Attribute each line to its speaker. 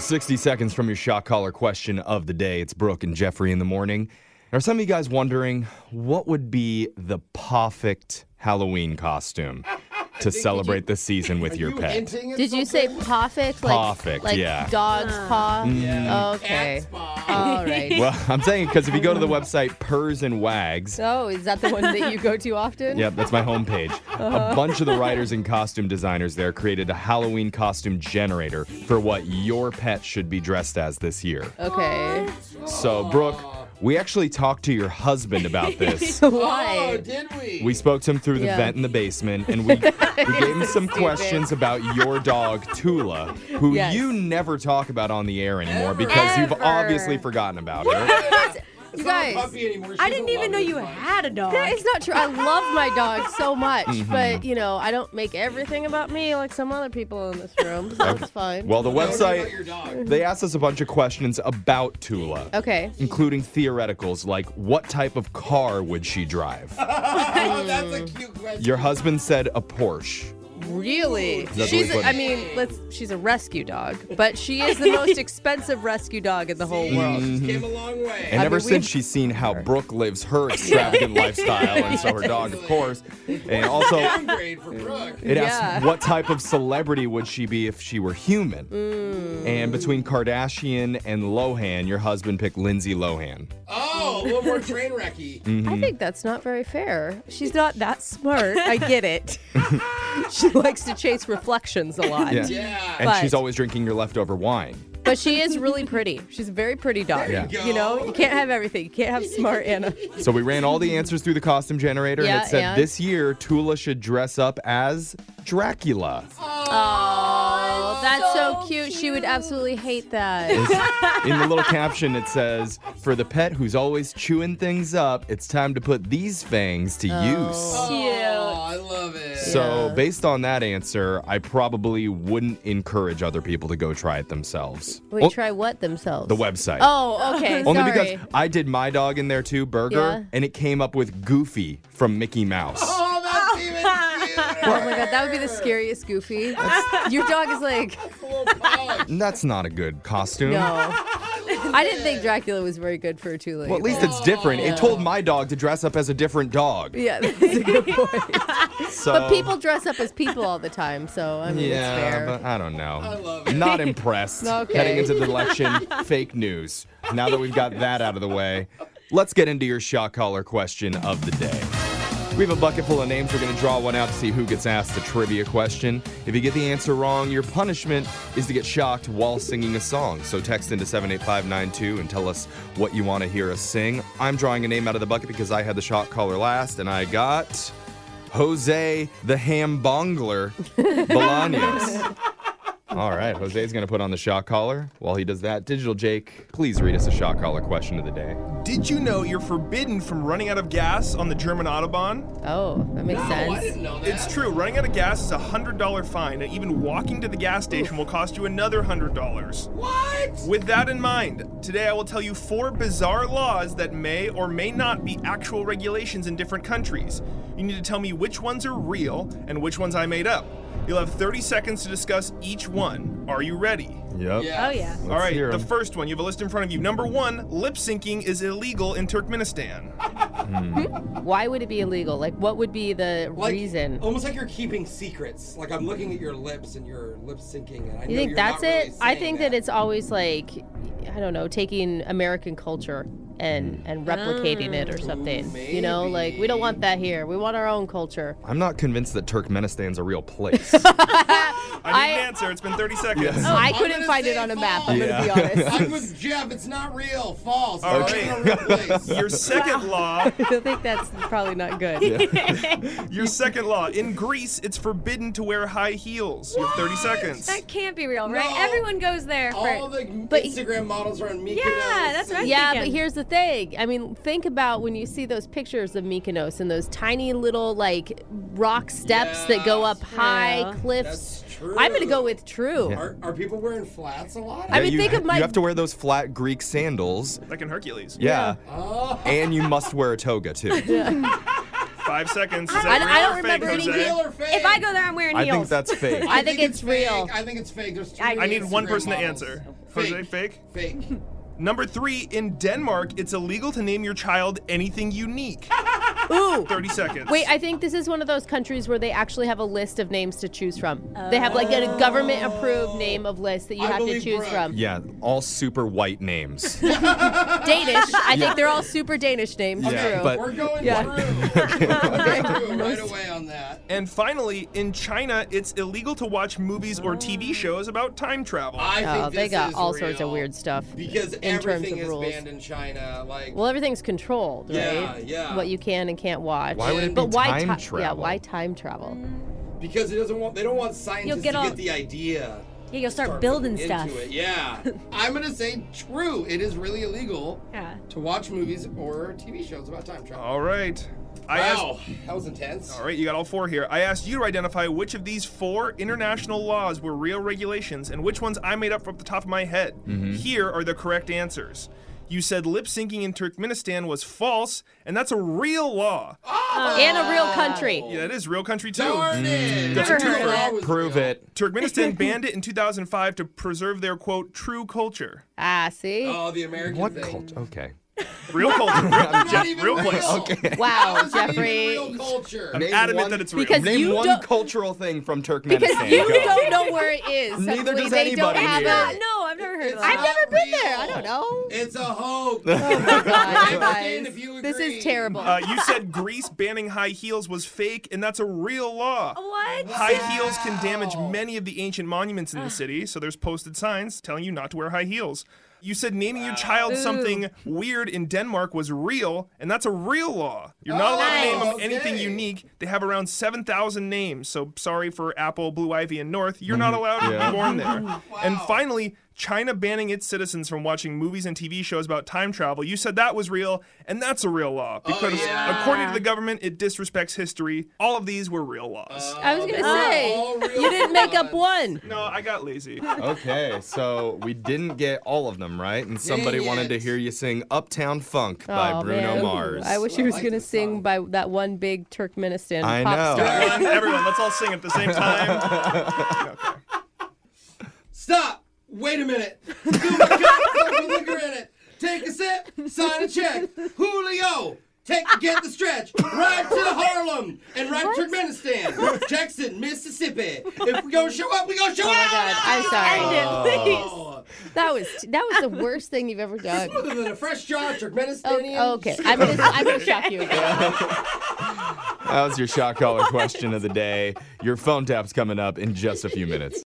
Speaker 1: 60 seconds from your shot caller question of the day. It's Brooke and Jeffrey in the morning. Are some of you guys wondering what would be the perfect Halloween costume to celebrate the season with your pet?
Speaker 2: Did you say perfect? Like,
Speaker 1: Perfect,
Speaker 2: like
Speaker 1: yeah. Mm.
Speaker 2: dog's paw? Okay. All right.
Speaker 1: Well, I'm saying because if you go to the website Purrs and Wags,
Speaker 2: So, is that the one that you go to often?
Speaker 1: Yep, that's my homepage. A bunch of the writers and costume designers there created a Halloween costume generator for what your pet should be dressed as this year.
Speaker 2: Okay.
Speaker 1: So, Brooke, we actually talked to your husband about this.
Speaker 2: Why?
Speaker 3: Oh, did we?
Speaker 1: We spoke to him through the
Speaker 2: Yeah.
Speaker 1: vent in the basement, and we, we gave him some
Speaker 2: Stupid.
Speaker 1: questions about your dog, Tula, who
Speaker 2: Yes.
Speaker 1: you never talk about on the air anymore because you've
Speaker 4: Ever.
Speaker 1: obviously forgotten about her.
Speaker 2: you guys,
Speaker 4: I didn't even know you had a dog.
Speaker 2: That is not true. I love my dog so much,
Speaker 1: Mm-hmm.
Speaker 2: but you know, I don't make everything about me like some other people in this room, so it's fine.
Speaker 1: Well, the
Speaker 3: About your
Speaker 1: website,
Speaker 3: dog.
Speaker 1: they asked us a bunch of questions about Tula.
Speaker 2: okay.
Speaker 1: including theoreticals like what type of car would she drive?
Speaker 3: Oh, that's a cute question.
Speaker 1: Your husband said a Porsche.
Speaker 2: Really?
Speaker 1: that
Speaker 2: She's
Speaker 1: the way
Speaker 2: a,
Speaker 1: it
Speaker 2: I
Speaker 1: was?
Speaker 2: mean, let's she's a rescue dog, but she is the most expensive rescue dog in the whole
Speaker 1: Mm.
Speaker 2: world.
Speaker 3: She Came a long way.
Speaker 1: And
Speaker 2: I
Speaker 1: ever
Speaker 2: mean,
Speaker 1: since
Speaker 2: we've-
Speaker 1: she's seen how Brooke lives her extravagant lifestyle, and so her dog, of course. And also,
Speaker 3: Downgrade for Brooke.
Speaker 1: it
Speaker 2: Yeah.
Speaker 1: asks what type of celebrity would she be if she were human?
Speaker 2: Mm.
Speaker 1: And between Kardashian and Lohan, your husband picked Lindsay Lohan.
Speaker 3: Oh, a little more train wrecky.
Speaker 1: Mm-hmm.
Speaker 2: I think that's not very fair. She's not that smart. I get it. she likes to chase reflections a lot.
Speaker 1: Yeah.
Speaker 3: Yeah.
Speaker 1: And
Speaker 2: But-
Speaker 1: she's always drinking your leftover wine.
Speaker 2: But she is really pretty. She's a very pretty dog.
Speaker 1: There
Speaker 3: you
Speaker 2: you know,
Speaker 3: go.
Speaker 2: you can't have everything. You can't have smart Anna.
Speaker 1: So we ran all the answers through the costume generator, and
Speaker 2: Yeah,
Speaker 1: it said
Speaker 2: yeah.
Speaker 1: this year Tula should dress up as Dracula.
Speaker 2: Oh, that's so, cute. She would absolutely hate that.
Speaker 1: In the little caption, it says, "For the pet who's always chewing things up, it's time to put these fangs to use."
Speaker 2: Cute.
Speaker 3: Oh, I love it.
Speaker 1: So,
Speaker 2: Yeah.
Speaker 1: based on that answer, I probably wouldn't encourage other people to go try it themselves.
Speaker 2: Would
Speaker 1: Oh,
Speaker 2: try what themselves?
Speaker 1: the website.
Speaker 2: Oh, okay.
Speaker 1: Only
Speaker 2: sorry.
Speaker 1: because I did my dog in there too, Burger,
Speaker 2: Yeah.
Speaker 1: and it came up with Goofy from Mickey Mouse.
Speaker 3: Oh, that's even cuter.
Speaker 2: Oh my god, that would be the scariest Goofy. Your dog is like,
Speaker 3: A little pug.
Speaker 1: And That's not a good costume.
Speaker 2: no. I didn't think Dracula was very good for a Tula.
Speaker 1: Well, at least it's different. It told my dog to dress up as a different dog.
Speaker 2: yeah, that's a good point.
Speaker 1: So
Speaker 3: Oh.
Speaker 2: But people dress up as people all the time, so I mean,
Speaker 1: Yeah,
Speaker 2: it's fair.
Speaker 1: but I don't know. I
Speaker 3: love it.
Speaker 1: Not impressed.
Speaker 2: Okay.
Speaker 1: Heading into the election, fake news. Now that we've got that out of the way, let's get into your shot caller question of the day. We have a bucket full of names. We're going to draw one out to see who gets asked the trivia question. If you get the answer wrong, your punishment is to get shocked while singing a song. So text into 78592 and tell us what you want to hear us sing. I'm drawing a name out of the bucket because I had the shot caller last and I got Jose the Hambongler Bolaños. All right, Jose's going to put on the shot collar. While he does that, Digital Jake, please read us a shot collar question of the day.
Speaker 5: Did you know you're forbidden from running out of gas on the German Autobahn?
Speaker 2: oh, that makes
Speaker 3: Oh, I
Speaker 2: sense.
Speaker 3: didn't know that.
Speaker 5: It's true. Running out of gas is a $100 fine, and even walking to the gas station will cost you another $100.
Speaker 3: What?
Speaker 5: With that in mind, today I will tell you four bizarre laws that may or may not be actual regulations in different countries. You need to tell me which ones are real and which ones I made up. You'll have 30 seconds to discuss each one. Are you ready?
Speaker 1: Yep.
Speaker 3: Yeah.
Speaker 4: Oh yeah.
Speaker 1: Let's
Speaker 5: All right,
Speaker 1: hear
Speaker 5: the
Speaker 1: 'em.
Speaker 5: first one. You have a list in front of you. Number one, lip syncing is illegal in Turkmenistan.
Speaker 2: Why would it be illegal? Like, what would be the
Speaker 3: Like, oh,
Speaker 2: reason?
Speaker 3: Almost like you're keeping secrets. Like I'm looking at your lips and you're lip syncing. And I
Speaker 2: You
Speaker 3: know
Speaker 2: think
Speaker 3: you're
Speaker 2: that's
Speaker 3: not really
Speaker 2: it? I
Speaker 3: saying
Speaker 2: think that. it's always like, I don't know, taking American culture and and replicating it
Speaker 3: Mm.
Speaker 2: or something. You know, like we don't want that here. We want our own culture.
Speaker 1: I'm not convinced that Turkmenistan's a real place.
Speaker 5: I need
Speaker 2: I-
Speaker 5: an answer. It's been 30 seconds.
Speaker 2: I
Speaker 3: I'm
Speaker 2: couldn't
Speaker 3: gonna
Speaker 2: find it
Speaker 3: say
Speaker 2: on a map. I'm
Speaker 1: Yeah.
Speaker 2: gonna be honest.
Speaker 3: I'm with Jeff. It's not real. False.
Speaker 5: All
Speaker 3: It's
Speaker 5: right.
Speaker 3: not a real place.
Speaker 2: Oh.
Speaker 5: Your second law,
Speaker 2: I think that's probably not good.
Speaker 5: your second law. In Greece, it's forbidden to wear high heels. You have 30 seconds.
Speaker 4: That can't be real, right?
Speaker 3: No.
Speaker 4: Everyone goes there for.
Speaker 3: All the
Speaker 2: But-
Speaker 3: Instagram models are on Mykonos.
Speaker 4: Yeah, that's what I
Speaker 2: Yeah,
Speaker 4: thinking.
Speaker 2: but here's the thing. I mean, think about when you see those pictures of Mykonos and those tiny little like rock steps that go up
Speaker 3: Yes.
Speaker 2: high
Speaker 4: Yeah.
Speaker 2: cliffs.
Speaker 3: That's true.
Speaker 2: I'm gonna go with true.
Speaker 3: Are, are people wearing flats a lot?
Speaker 2: I mean,
Speaker 1: you,
Speaker 2: think of my-
Speaker 1: You have to wear those flat Greek sandals.
Speaker 5: Like in Hercules.
Speaker 1: Yeah.
Speaker 3: oh,
Speaker 1: And you must wear a toga too.
Speaker 5: Five Five seconds. Is that
Speaker 2: I don't-
Speaker 5: real
Speaker 2: I don't
Speaker 5: or fake,
Speaker 2: remember any
Speaker 5: Jose?
Speaker 3: Real or fake?
Speaker 4: If I go there, I'm wearing
Speaker 1: I
Speaker 4: heels.
Speaker 1: think that's fake.
Speaker 2: I think it's real.
Speaker 3: Fake. I think it's fake. There's too
Speaker 4: I
Speaker 3: many
Speaker 5: I need one
Speaker 3: Instagram
Speaker 5: person
Speaker 3: models.
Speaker 5: to answer. Jose,
Speaker 3: Fake.
Speaker 5: fake?
Speaker 3: Fake.
Speaker 5: Number three, in Denmark, it's illegal to name your child anything unique.
Speaker 2: Ooh.
Speaker 5: 30 seconds.
Speaker 2: Wait, I think this is one of those countries where they actually have a list of names to choose from. They have like a government approved name of list that you
Speaker 3: I
Speaker 2: have to
Speaker 3: believe
Speaker 2: choose
Speaker 3: Brooke.
Speaker 2: from.
Speaker 1: Yeah, all super white names.
Speaker 2: Danish. I think they're all super Danish names.
Speaker 1: Yeah,
Speaker 2: true.
Speaker 1: but-
Speaker 3: We're going
Speaker 2: Yeah.
Speaker 3: through. We're going through right away on that.
Speaker 5: And finally, in China, it's illegal to watch movies or TV shows about time travel.
Speaker 3: I
Speaker 2: oh,
Speaker 3: think
Speaker 2: they
Speaker 3: this
Speaker 2: got
Speaker 3: is
Speaker 2: all sorts
Speaker 3: real
Speaker 2: of weird stuff.
Speaker 3: Because
Speaker 2: in terms
Speaker 3: everything
Speaker 2: of
Speaker 3: is
Speaker 2: rules.
Speaker 3: banned in China. Like,
Speaker 2: Well, everything's controlled,
Speaker 3: Yeah,
Speaker 2: right?
Speaker 3: yeah.
Speaker 2: What you can and can't watch.
Speaker 1: Why would it be
Speaker 2: but why
Speaker 1: time
Speaker 2: ti- Yeah,
Speaker 1: travel?
Speaker 2: why time travel?
Speaker 3: because it doesn't want. They don't want scientists
Speaker 4: You'll get
Speaker 3: to
Speaker 4: all-
Speaker 3: get the idea.
Speaker 4: yeah, you'll start,
Speaker 3: Start
Speaker 4: building
Speaker 3: looking
Speaker 4: stuff.
Speaker 3: Into it. Yeah. I'm gonna say true. It is really illegal
Speaker 4: Yeah.
Speaker 3: to watch movies or TV shows about time travel.
Speaker 5: All right. Oh, I
Speaker 3: wow,
Speaker 5: asked,
Speaker 3: that was intense.
Speaker 5: all right, you got all four here. I asked you to identify which of these four international laws were real regulations and which ones I made up off the top of my head.
Speaker 3: Mm-hmm.
Speaker 5: Here are the correct answers. You said lip syncing in Turkmenistan was false, and that's a real law.
Speaker 3: Oh.
Speaker 2: And a real country.
Speaker 5: Yeah, that is real country too.
Speaker 3: Darn it!
Speaker 4: Never heard of that.
Speaker 1: Prove it.
Speaker 5: Turkmenistan banned it in 2005 to preserve their quote true culture.
Speaker 2: Ah, see?
Speaker 3: Oh, the American
Speaker 1: What
Speaker 3: thing.
Speaker 1: culture? Okay.
Speaker 5: Real culture.
Speaker 3: Not
Speaker 5: Jeff,
Speaker 3: even
Speaker 5: real place.
Speaker 3: Okay.
Speaker 2: Wow,
Speaker 3: Real
Speaker 2: Jeffrey.
Speaker 3: culture.
Speaker 5: I'm
Speaker 1: Name
Speaker 5: adamant
Speaker 1: one-
Speaker 5: that it's real.
Speaker 2: Because
Speaker 1: Name
Speaker 2: you
Speaker 1: one
Speaker 2: don't-
Speaker 1: cultural thing from Turkmenistan.
Speaker 2: Because you
Speaker 1: Go.
Speaker 2: don't know where it is.
Speaker 1: Neither
Speaker 2: Suddenly
Speaker 1: does
Speaker 2: they don't
Speaker 1: anybody
Speaker 2: have
Speaker 1: here.
Speaker 2: a-
Speaker 4: Uh, no, I've never heard of
Speaker 3: It's
Speaker 4: that.
Speaker 2: I've never been there.
Speaker 3: real.
Speaker 2: I don't know.
Speaker 3: It's a hoax.
Speaker 2: God,
Speaker 3: understand if you
Speaker 2: guys. This
Speaker 3: agree.
Speaker 2: is terrible.
Speaker 5: Uh, you said Greece banning high heels was fake, and that's a real law.
Speaker 4: What?
Speaker 5: High heels can damage
Speaker 3: Wow. Ah.
Speaker 5: many of the ancient monuments in the city, so there's posted signs telling you not to wear high heels. You said naming your child something weird in Denmark was real, and that's a real law. You're not allowed to name them
Speaker 3: Oh, Nice.
Speaker 5: anything
Speaker 3: Okay.
Speaker 5: unique. They have around 7,000 names, so sorry for Apple, Blue Ivy, and North. You're not allowed to
Speaker 1: Yeah.
Speaker 5: be born there. And finally, China banning its citizens from watching movies and TV shows about time travel. You said that was real, and that's a real law because,
Speaker 3: Oh, yeah.
Speaker 5: according to the government, it disrespects history. All of these were real laws.
Speaker 2: I was going to
Speaker 3: Oh,
Speaker 2: say,
Speaker 3: all real
Speaker 2: you didn't make up
Speaker 3: ones.
Speaker 2: one.
Speaker 5: No, I got lazy.
Speaker 1: Okay, so we didn't get all of them right, and somebody
Speaker 3: Dang
Speaker 1: wanted to
Speaker 3: it.
Speaker 1: hear you sing "Uptown Funk" by
Speaker 2: Aw,
Speaker 1: Bruno
Speaker 2: man.
Speaker 1: Mars.
Speaker 2: I wish he was
Speaker 3: like
Speaker 2: going to
Speaker 3: this
Speaker 2: sing
Speaker 3: song.
Speaker 2: by that one big Turkmenistan
Speaker 1: I
Speaker 2: pop
Speaker 1: know.
Speaker 2: star.
Speaker 5: everyone, everyone, let's all sing at the same time. Okay.
Speaker 3: Stop. Wait a minute. Do my cup, put my liquor in it. Take a sip. Sign a check. Julio. Take get the stretch. Ride to Harlem and ride to Turkmenistan, Jackson, Mississippi. If we gonna show up, we gonna show
Speaker 2: Oh my
Speaker 3: up.
Speaker 2: god, I'm sorry.
Speaker 4: Please.
Speaker 2: That was that was the worst thing you've ever done.
Speaker 3: Other than a fresh jaw, Turkmenistanian.
Speaker 2: Oh, okay, I'm gonna I'm gonna shock you again.
Speaker 1: That was your shot caller question of the day. Your phone tap's coming up in just a few minutes.